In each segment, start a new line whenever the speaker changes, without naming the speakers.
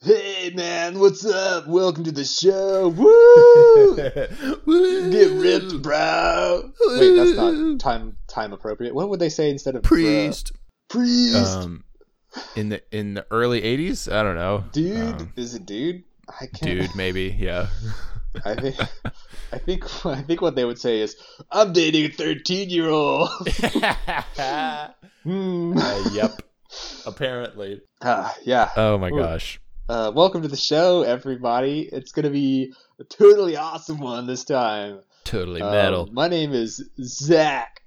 Hey man, what's up? Welcome to the show. Woo! Get ripped, bro. Wait, that's not time time appropriate. What would they say instead of bruh?
priest.
Priest,
Um, in the in the early '80s, I don't know,
dude.
um,
is it dude? I can't.
dude, maybe, yeah.
I think. I think. I think what they would say is, "I'm dating a 13 year old."
uh,
Hmm.
yep. Apparently.
Ah, yeah.
Oh my
Ooh.
gosh.
Uh, welcome to the show, everybody. It's gonna be a totally awesome one this time.
Totally
Um,
metal.
my name is Zach,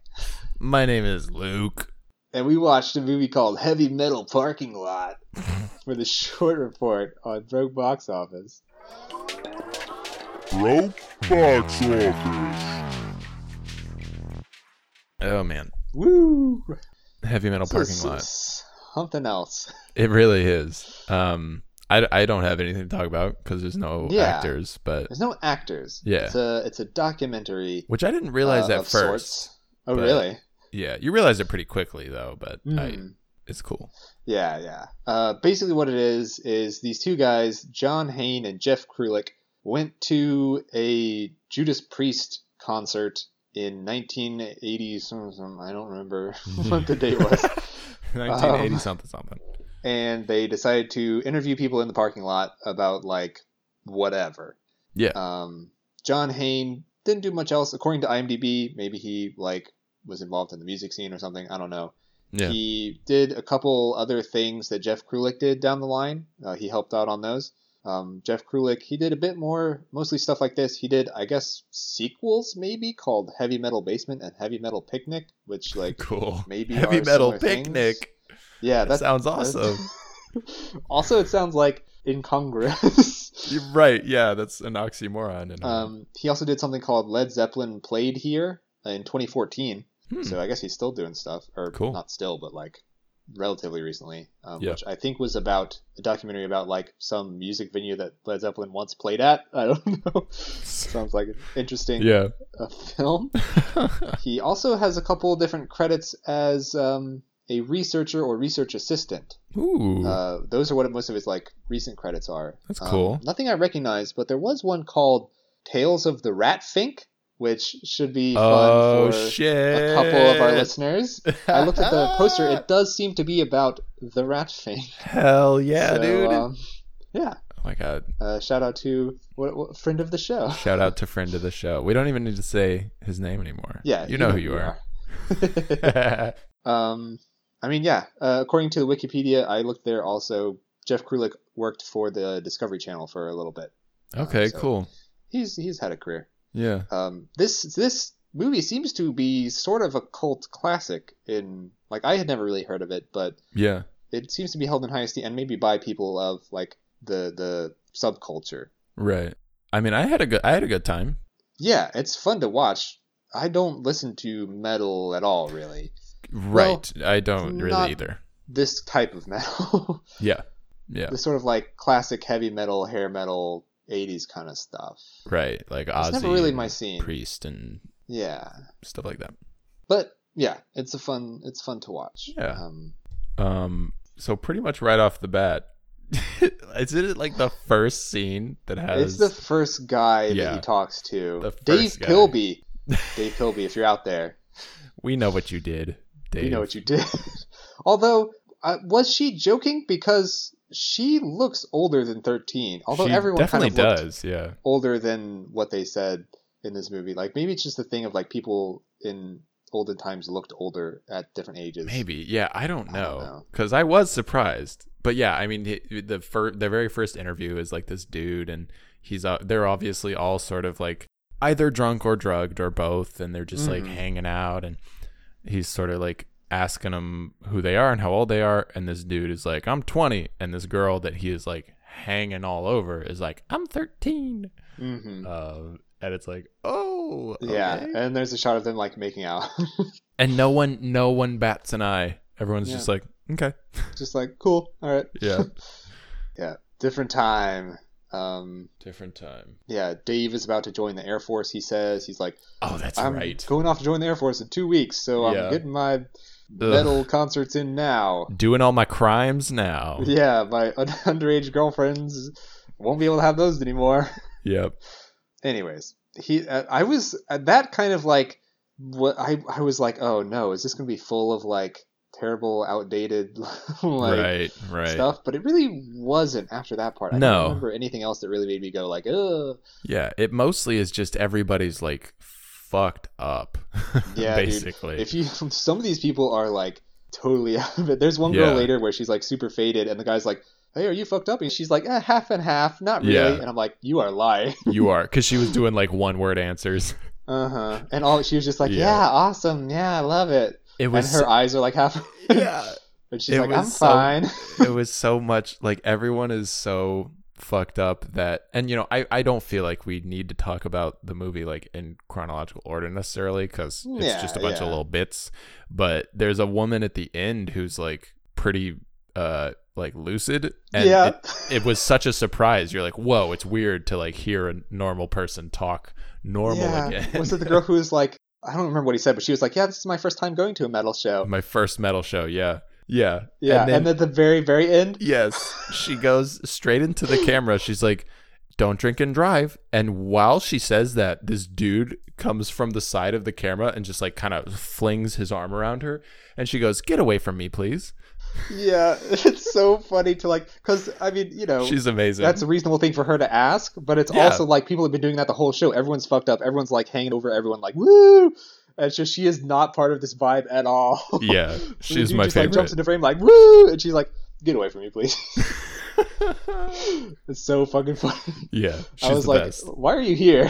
My name is Luke.
and we watched a movie called Heavy Metal Parking Lot for the short report on Broke Box Office.
Broke Box Office.
Oh man,
Woo!
heavy metal
This
parking
is
lot.
Something else.
It really is. Um, I, I don't have anything to talk about because there's no
Yeah.
actors, but
There's no actors.
Yeah.
It's a it's a documentary.
which I didn't realize
uh,
at
of
first.
sorts. Oh
but-
really?
Yeah, you realize it pretty quickly though, but I,
Hmm.
it's cool.
Yeah, yeah. Uh, basically, what it is is these two guys, John Hain and Jeff Krulik, went to a Judas Priest concert in 1980 some- some- I don't remember what the date was, Um,
1980 something something.
and they decided to interview people in the parking lot about like whatever.
Yeah.
Um, John Hain didn't do much else, according to IMDb. Maybe he like was involved in the music scene or something. I don't know.
Yeah.
He did a couple other things that Jeff Krulik did down the line. Uh, he helped out on those. Um, Jeff Krulik, he did a bit more, mostly stuff like this. He did, I guess, sequels maybe called Heavy Metal Basement and Heavy Metal Picnic, which like
cool.
maybe
heavy
are
metal
similar things.
picnic.
yeah,
That
that
sounds awesome.
also, it sounds like incongruous.
You're right. Yeah, that's an oxymoron. And
um, he also did something called Led Zeppelin played here in 2014.
Hmm.
So I guess he's still doing stuff, or
Cool.
not still, but like relatively recently, um,
Yeah.
which I think was about a documentary about like some music venue that Led Zeppelin once played at. I don't know. Sounds like an interesting
yeah.
uh, film. He also has a couple different credits as um, a researcher or research assistant.
Ooh.
Uh, those are what most of his like recent credits are.
Mm.
Um,
That's cool.
Nothing I recognize, but there was one called Tales of the Rat Fink, which should be
oh
fun for
shit.
a couple of our listeners. I looked at the poster.
Ah!
It does seem to be about the rat thing.
Hell yeah,
So,
dude.
um, yeah.
oh my god.
Uh, shout out to what, what friend of the show.
Shout out to friend of the show. We don't even need to say his name anymore.
Yeah,
You know who you are.
um, I mean, yeah. Uh, according to the Wikipedia, I looked there also. Jeff Krulik worked for the Discovery Channel for a little bit.
okay,
So-
cool.
He's he's had a career.
Yeah.
Um, this this movie seems to be sort of a cult classic. In like, I had never really heard of it, but
Yeah.
it seems to be held in high esteem and maybe by people of like the the subculture.
Right. I mean, I had a good I had a good time.
Yeah, it's fun to watch. I don't listen to metal at all, really.
Right. I don't really
not-
either.
This type of metal,
Yeah. Yeah.
this sort of like classic heavy metal, hair metal, '80s kind of stuff.
Right. Like Ozzy.
it's never really
and
my scene.
priest and
yeah,
stuff like that.
but yeah, it's a fun. It's fun to watch.
Yeah.
Um,
Um. So pretty much right off the bat, is it like the first scene that has?
it's the first guy that
Yeah.
he talks to,
The first
Dave
guy.
Pilby. Dave Pilby, if you're out there,
we know what you did, Dave.
We know what you did. Although, uh, was she joking? Because she looks older than 13. Although
She
everyone
definitely
kind of looked
does. Yeah.
older than what they said in this movie. Like maybe it's just the thing of like people in olden times looked older at different ages.
Maybe. Yeah. I don't
I don't
know.
know.
Because I was surprised. But yeah, I mean, the the, fir- the very first interview is like this dude, and he's uh, they're obviously all sort of like either drunk or drugged or both, and they're just
Mhm.
like hanging out, and he's sort of like asking them who they are and how old they are, and this dude is like, "I'm 20," and this girl that he is like hanging all over is like, "I'm 13,"
hmm
um, and it's like, "Oh,
Yeah,
okay."
and there's a shot of them like making out,
and no one, no one bats an eye. Everyone's
Yeah.
just like, "Okay,
just like cool, all right,
yeah."
different time. Um,
Different time.
yeah, Dave is about to join the Air Force. He says he's like,
Oh, that's
I'm
right.
going off to join the Air Force in two weeks, so
Yeah.
I'm getting my metal concerts in now.
Doing all my crimes now.
Yeah, my un- underage girlfriends won't be able to have those anymore.
Yep.
Anyways, he, uh, I was uh, that kind of like what I, I was like, oh no, is this gonna be full of like terrible, outdated, like
right. Right.
stuff? But it really wasn't after that part. I
No.
don't remember anything else that really made me go like, ugh.
Yeah. It mostly is just everybody's like fucked up.
Yeah, dude.
basically.
If you, some of these people are like totally out of it. There's one girl
Yeah.
later where she's like super faded, and the guy's like, "Hey, are you fucked up?" And she's like, eh, "Half and half, not really."
Yeah.
And I'm like, "You are lying."
you are, because she was doing like one word answers.
Uh huh. And all she was just like,
Yeah.
"Yeah, awesome, yeah, I love it."
It
And
was.
her eyes are like half.
yeah.
and she's
It
like, "I'm
was so-
fine."
it was so much like everyone is so fucked up that and you know I, I don't feel like we need to talk about the movie like in chronological order necessarily because it's
Yeah,
just a bunch of
yeah.
little bits but there's a woman at the end who's like pretty uh like lucid and
yeah.
it, it was such a surprise you're like whoa it's weird to like hear a normal person talk normal
yeah.
again
Was it the girl who was like? I don't remember what he said, but she was like, "Yeah, this is my first time going to a metal show."
my first metal show yeah yeah
Yeah, and, at the very, very end,
Yes. She goes straight into the camera. She's like, don't drink and drive. And while she says that, this dude comes from the side of the camera and just like kind of flings his arm around her. And she goes, get away from me, please.
yeah, it's so funny to like, because I mean, you know,
She's amazing.
Oh, that's a reasonable thing for her to ask, but it's
Yeah.
also like people have been doing that the whole show. Everyone's fucked up. Everyone's like hanging over everyone, like woo. And it's just she is not part of this vibe at all.
yeah.
And the
She's
dude
my
just, Like,
favorite.
jumps into frame like woo, and she's like, "Get away from me, please." it's so fucking funny.
yeah. She's
I was
the
like,
best.
"Why are you here?"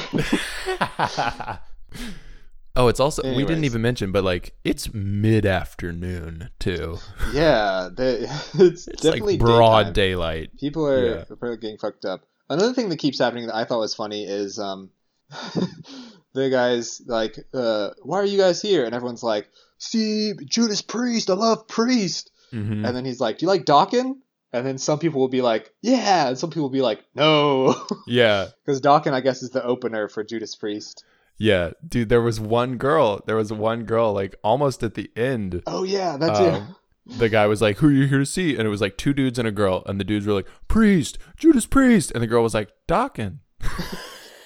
oh, it's also, we didn't
Anyways.
even mention, but like, it's mid afternoon too.
yeah, the, it's,
It's
definitely
like broad
daytime.
daylight.
People are apparently getting fucked up. Another thing that keeps happening that I thought was funny is um, the guys like, uh, "Why are you guys here?" And everyone's like, "See, Judas Priest. I love Priest."
Mhm.
And then he's like, "Do you like Dawkins?" And then some people will be like, "Yeah," and some people will be like, "No,"
Yeah.
because Dawkins, I guess, is the opener for Judas Priest.
Yeah, dude, there was one girl. There was one girl, like almost at the end.
Oh yeah, that's it.
Um, The guy was like, Who are you here to see? And it was like two dudes and a girl. And the dudes were like, Priest, Judas Priest. And the girl was like, Dawkin.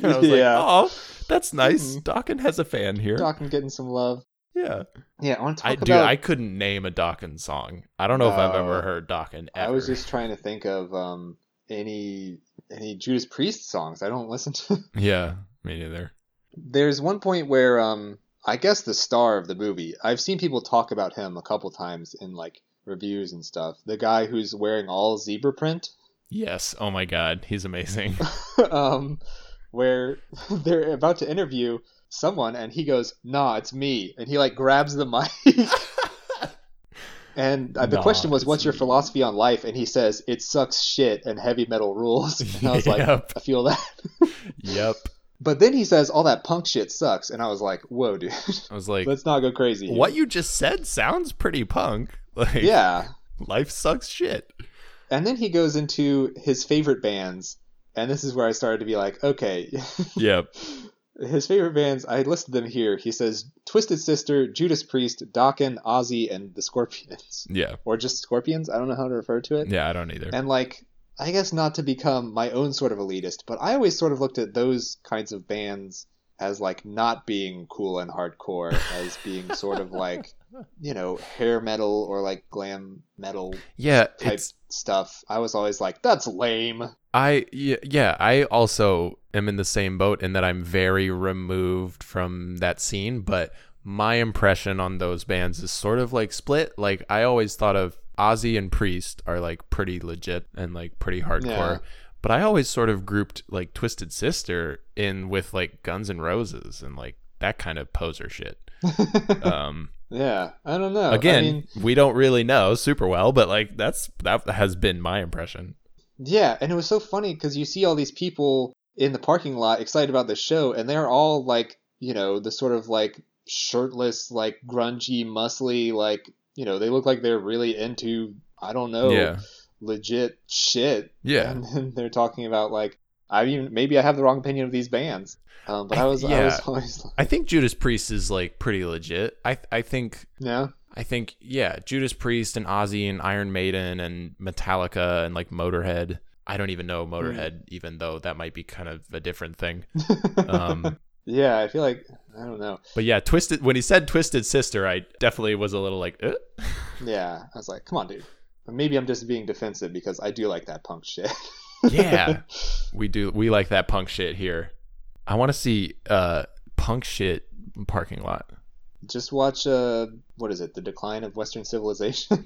and I was
Yeah.
like, Oh, that's nice.
Mhm.
Dawkin has a fan here.
Dawkins getting some love.
yeah.
Yeah, I want to talk
I,
about.
dude, I couldn't name a Dawkin song. I don't know if I've
No.
ever heard Dawkin ever.
I was just trying to think of um, any any Judas Priest songs. I don't listen to.
Yeah, me neither.
There's one point where um, I guess the star of the movie. I've seen people talk about him a couple times in like reviews and stuff. The guy who's wearing all zebra print.
Yes. Oh my God. He's amazing.
um, where they're about to interview someone and he goes, "Nah, it's me," and he like grabs the mic. And uh, the
Nah,
question was,
it's
"What's your
me."
philosophy on life?" And he says, "It sucks shit and heavy metal rules." And I was like,
Yep.
"I feel that."
yep.
But then he says, "All that punk shit sucks," and I was like, "Whoa, dude,
I was like,
let's not go crazy." here."
what you just said sounds pretty punk. Like,
Yeah.
life sucks shit.
And then he goes into his favorite bands, and this is where I started to be like, "Okay,
Yep.
his favorite bands." I listed them here. He says, "Twisted Sister," "Judas Priest," "Dokken," "Ozzy," and "The Scorpions,"
Yeah.
or just "Scorpions." I don't know how to refer to it.
Yeah, I don't either.
And like, I guess not to become my own sort of elitist, but I always sort of looked at those kinds of bands as like not being cool and hardcore, as being sort of like, you know, hair metal or like glam metal
yeah,
type
it's
stuff. I was always like, that's lame.
I yeah, yeah, I also am in the same boat in that I'm very removed from that scene, but my impression on those bands is sort of like split. Like I always thought of Ozzy and Priest are like pretty legit and like pretty hardcore.
Yeah.
But I always sort of grouped like Twisted Sister in with like Guns N' Roses and like that kind of poser shit. um
yeah, I don't know. I
again
mean,
we don't really know super well but like that's that has been my impression
yeah, and it was so funny because you see all these people in the parking lot excited about the show, and they're all like, you know, the sort of like shirtless, like grungy, muscly, like, you know, they look like they're really into, I don't know,
yeah
legit shit.
yeah
And then they're talking about like, I mean, maybe I have the wrong opinion of these bands, um, but I was, I
Yeah.
was always, like,
i think judas priest is like pretty legit i i think
no,
I think yeah, Judas Priest and Ozzy and Iron Maiden and Metallica and like Motorhead. I don't even know
Hmm.
Motorhead, even though that might be kind of a different thing. Um,
yeah, I feel like I don't know.
but yeah, twisted. When he said Twisted Sister, I definitely was a little like, "Uh?"
Yeah, I was like, come on, dude. But maybe I'm just being defensive because I do like that punk shit.
yeah, we do. We like that punk shit here. I want to see uh punk shit parking lot.
just watch uh what is it the decline of western civilization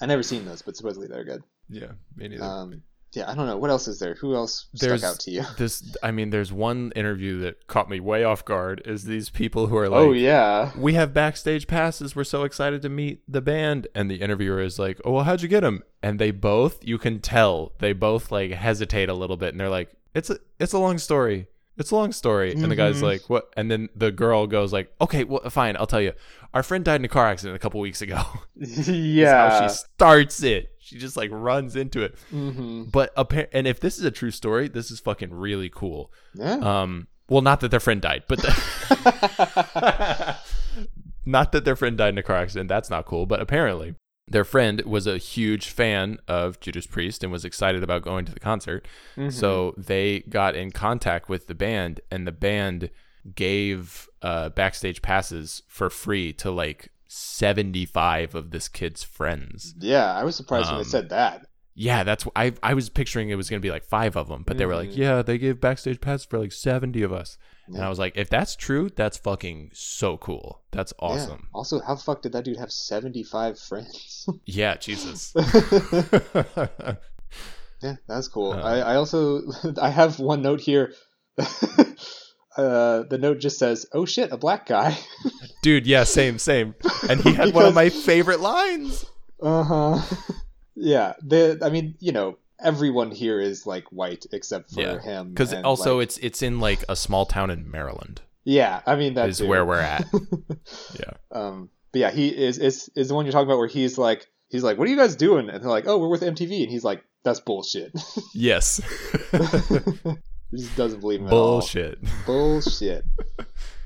i never seen those but supposedly they're good
Yeah, me neither.
um yeah i don't know what else is there who else
There's-
stuck out to you
this i mean there's one interview that caught me way off guard is these people who are like
oh yeah
we have backstage passes we're so excited to meet the band and the interviewer is like oh well how'd you get them and they both you can tell they both like hesitate a little bit and they're like it's a it's a long story it's a long story and the guy's
Mhm.
like what and then the girl goes like okay well fine i'll tell you our friend died in a car accident a couple weeks ago Is
yeah
how she starts it she just like runs into it
hmm
but appa- and if this is a true story this is fucking really cool
yeah
um, well, not that their friend died, but the- not that their friend died in a car accident. That's not cool. But apparently, their friend was a huge fan of Judas Priest and was excited about going to the concert.
Mhm.
So they got in contact with the band, and the band gave uh, backstage passes for free to like 75 of this kid's friends.
yeah i was surprised when
Um,
they said that
Yeah, that's wh- I I was picturing it was gonna be like five of them, but they were like,
Mhm.
yeah, they gave backstage passes for like seventy of us, and
Yeah.
I was like, if that's true, that's fucking so cool. That's
Yeah.
awesome.
also how the fuck did that dude have 75 friends
Yeah, Jesus.
Yeah, that's cool.
Uh,
I, I also I have one note here. uh, the note just says, "Oh shit, a black guy."
Dude, yeah, same, same. And he had one
Because-
of my favorite lines.
Uh huh. yeah. The I mean, you know, everyone here is like white except for
Yeah,
him.
Because
and,
also
like-
it's it's in like a small town in Maryland
yeah. I mean,
is
that's
where we're at. yeah.
um. But yeah, he is is is the one you're talking about where he's like he's like, "What are you guys doing?" And they're like, "Oh, we're with MTV," and he's like, "That's bullshit."
Yes.
he just doesn't believe him at all.
Bullshit.
Bullshit.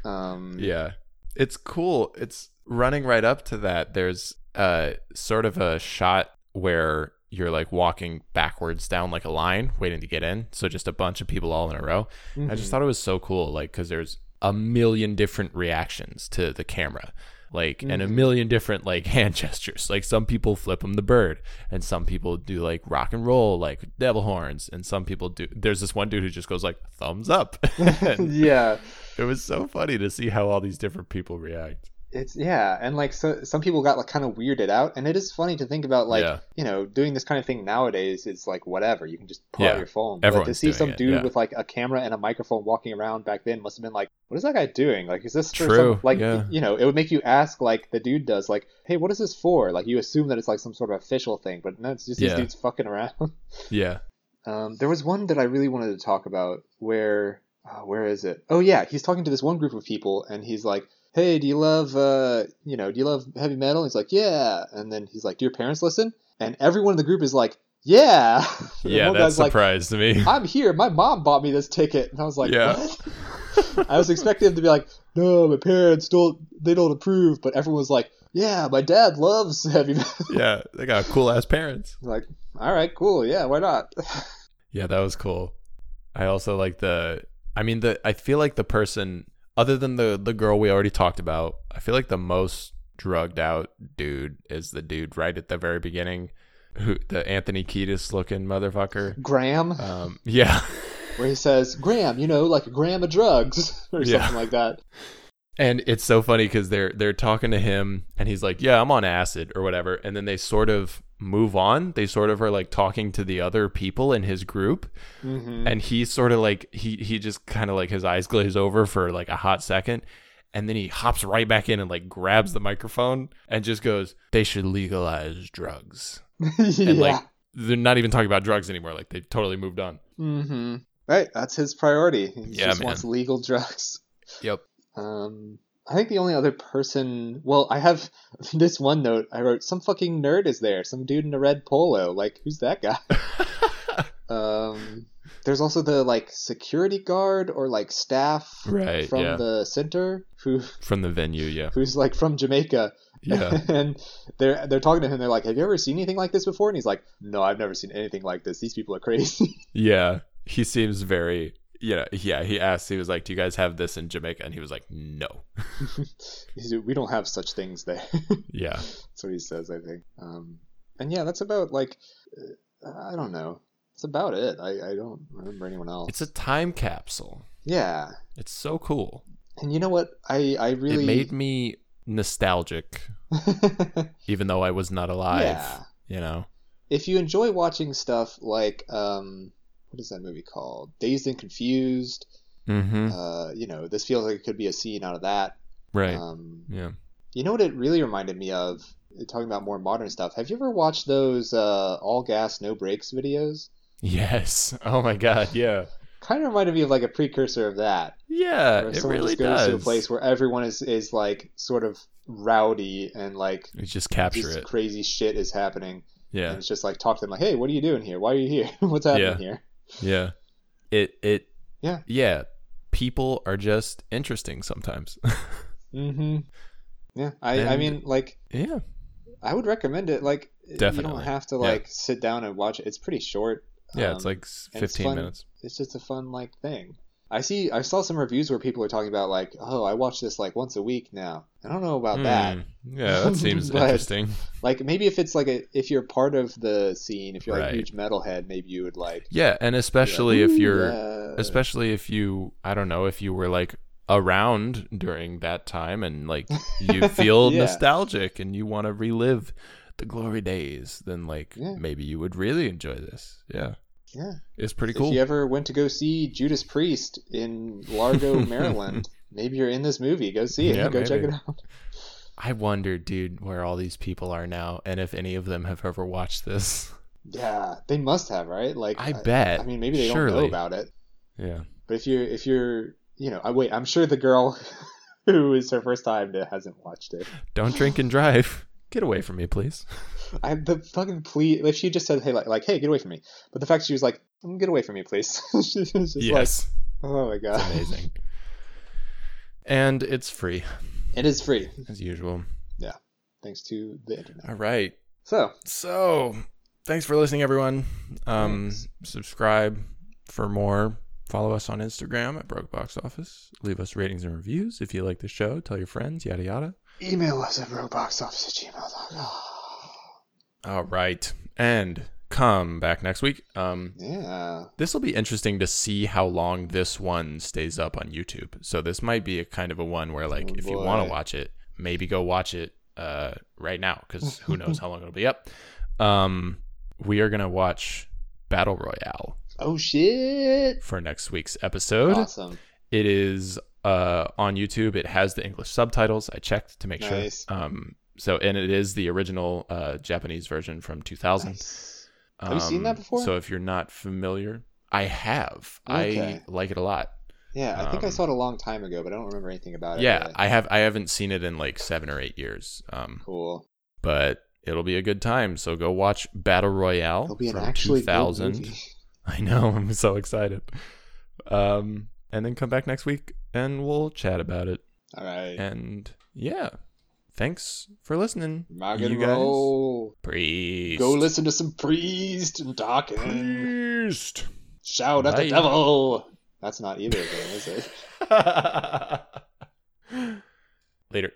Um.
Yeah. It's cool. It's running right up to that. There's uh sort of a shot where you're like walking backwards down like a line waiting to get in. So just a bunch of people all in a row. I just
mhm.
thought it was so cool like cuz there's a million different reactions to the camera. Like and a
Mhm.
million different like hand gestures. Like some people flip them the bird and some people do like rock and roll like devil horns and some people do there's this one dude who just goes like thumbs up. And
yeah.
it was so funny to see how all these different people react.
It's yeah, and like so, some people got like kind of weirded out, and it is funny to think about like
Yeah.
you know doing this kind of thing nowadays is like whatever you can just pull
Yeah.
out your phone. but to
Everyone's
see
doing
some
it,
dude
yeah.
with like a camera and a microphone walking around back then must have been like, what is that guy doing? Like, is this for
True,
Some, like
yeah.
you know, it would make you ask like the dude does like, hey, what is this for? Like you assume that it's like some sort of official thing, but no, it's just
Yeah.
these dudes fucking around.
Yeah.
Um, there was one that I really wanted to talk about where oh, where is it? Oh yeah, he's talking to this one group of people and he's like, "Hey, do you love uh, you know, do you love heavy metal?" And he's like, "Yeah." And then he's like, "Do your parents listen?" And everyone in the group is like, "Yeah." And
Yeah,
one
that
guy's like,
surprised me.
"I'm here. My mom bought me this ticket." And I was like,
Yeah.
"What?" I was expecting him to be like, "No, my parents don't they don't approve." But everyone was like, "Yeah, my dad loves heavy metal."
yeah, they got cool ass parents.
like, "All right, cool. Yeah, why not?"
Yeah, that was cool. I also like the I mean the I feel like the person other than the the girl we already talked about, I feel like the most drugged out dude is the dude right at the very beginning who the Anthony Kiedis looking motherfucker.
Graham
Um yeah.
where he says gram, you know, like a gram of drugs or
Yeah.
something like that.
And it's so funny because they're they're talking to him, and he's like, "Yeah, I'm on acid or whatever." And then they sort of move on. They sort of are like talking to the other people in his group,
hmm
and he sort of like he he just kind of like his eyes glaze over for like a hot second, and then he hops right back in and like grabs the microphone and just goes, "They should legalize drugs."
yeah.
And like they're not even talking about drugs anymore. Like they've totally moved on.
hmm Right, that's his priority. He
Yeah,
just
man.
wants legal drugs.
Yep.
Um, I think the only other person, well, I have this one note I wrote, some fucking nerd is there, some dude in a red polo. Like, who's that guy? Um, there's also the like security guard or like staff
Right,
from
yeah.
the center who
from the venue. Yeah,
who's like from Jamaica.
yeah.
and they're they're talking to him. They're like, "Have you ever seen anything like this before?" And he's like, "No, I've never seen anything like this. These people are crazy."
Yeah, he seems very. Yeah, yeah. He asked. He was like, "Do you guys have this in Jamaica?" And he was like, "No."
He said, we don't have such things there.
Yeah,
that's what he says, I think. Um, and yeah, that's about like uh, I don't know. That's about it. I, I don't remember anyone else.
it's a time capsule.
yeah,
It's so cool.
and you know what? I I really
It made me nostalgic, even though I was not alive.
yeah.
You know.
If you enjoy watching stuff like um, what is that movie called? Dazed and Confused.
Mm-hmm.
Uh, you know, this feels like it could be a scene out of that.
Right.
Um,
yeah.
You know what it really reminded me of? Talking about more modern stuff. Have you ever watched those uh, all gas no brakes videos?
Yes. Oh my God. Yeah.
Kind of reminded me of like a precursor of that.
Yeah.
where
Uh, It
someone
really
just goes
does.
to a place where everyone is is like sort of rowdy and like
You just capture
just
it.
crazy shit is happening. And
Yeah.
it's just like talk to them like, hey, what are you doing here? Why are you here? What's happening
Yeah.
here?
Yeah. It. It.
Yeah.
Yeah. People are just interesting sometimes.
Mm-hmm. Yeah, I I
And-
mean like
yeah.
I would recommend it. Like you
Definitely.
don't have to
Yeah.
like sit down and watch it. It's pretty short.
Yeah. it's
Um,
like s-
and it's
15
fun.
minutes.
it's just a fun like thing. I see I saw some reviews where people are talking about like, oh, I watch this like once a week now. I don't know about that.
Hmm. Yeah. That seems
But-
interesting.
Like maybe if it's like a if you're part of the scene, if you're like
Right.
a huge metalhead, maybe you would like
Yeah. And especially if you're.
yeah.
especially if you i don't know if you were like around during that time and like you feel
Yeah.
nostalgic and you want to relive the glory days then like
Yeah.
maybe you would really enjoy this yeah
Yeah.
it's pretty
If
cool
you ever went to go see Judas Priest in Largo, Maryland, maybe you're in this movie. Go see it.
Yeah,
go check it
maybe.
out.
i wonder dude where all these people are now and if any of them have ever watched this
Yeah, they must have, right? Like
i bet
I mean, maybe they
surely.
don't know about it.
yeah
But if you're if you're you know, I wait, I'm sure the girl who is her first time that hasn't watched it.
don't drink and drive get away from me please
I the fucking plea if she just said hey like, like hey get away from me. But the fact she was like "Mm, get away from me please. She's just like
yes
oh my god.
it's amazing and it's free
It is free
as usual
thanks to the internet.
all right
So,
So, thanks for listening, everyone. Um,
Thanks.
subscribe for more. Follow us on Instagram at Broke Box Office. Leave us ratings and reviews if you like the show. Tell your friends, yada yada.
email us at roboxoffice at gmail.com.
All right, and come back next week. Um,
Yeah.
this will be interesting to see how long this one stays up on YouTube. So this might be a kind of a one where, like,
Oh,
if you
boy.
want to watch it, maybe go watch it uh, right now because who knows how long it'll be up. Um, we are gonna watch Battle Royale.
Oh shit.
for next week's episode.
Awesome.
It is uh, on YouTube. It has the English subtitles. I checked to make
Nice.
sure. Um, so and it is the original uh, Japanese version from 2000.
Nice. Have you seen
Um,
that before?
So if you're not familiar, I have.
Okay.
I like it a lot.
Yeah, I think I
Um,
saw it a long time ago, but I don't remember anything about it.
yeah,
really.
I have. I haven't seen it in like seven or eight years. Um,
Cool.
but it'll be a good time. So go watch Battle Royale
It'll be an
from
actually good
2000.
movie.
I know. I'm so excited. Um, and then come back next week and we'll chat about it.
All right.
And yeah, thanks for listening.
Rock
you
and
guys.
roll.
Priest.
Go listen to some priest and Dawkins.
Priest.
Shout at
Bye.
the devil. That's not either of them, is it?
Later.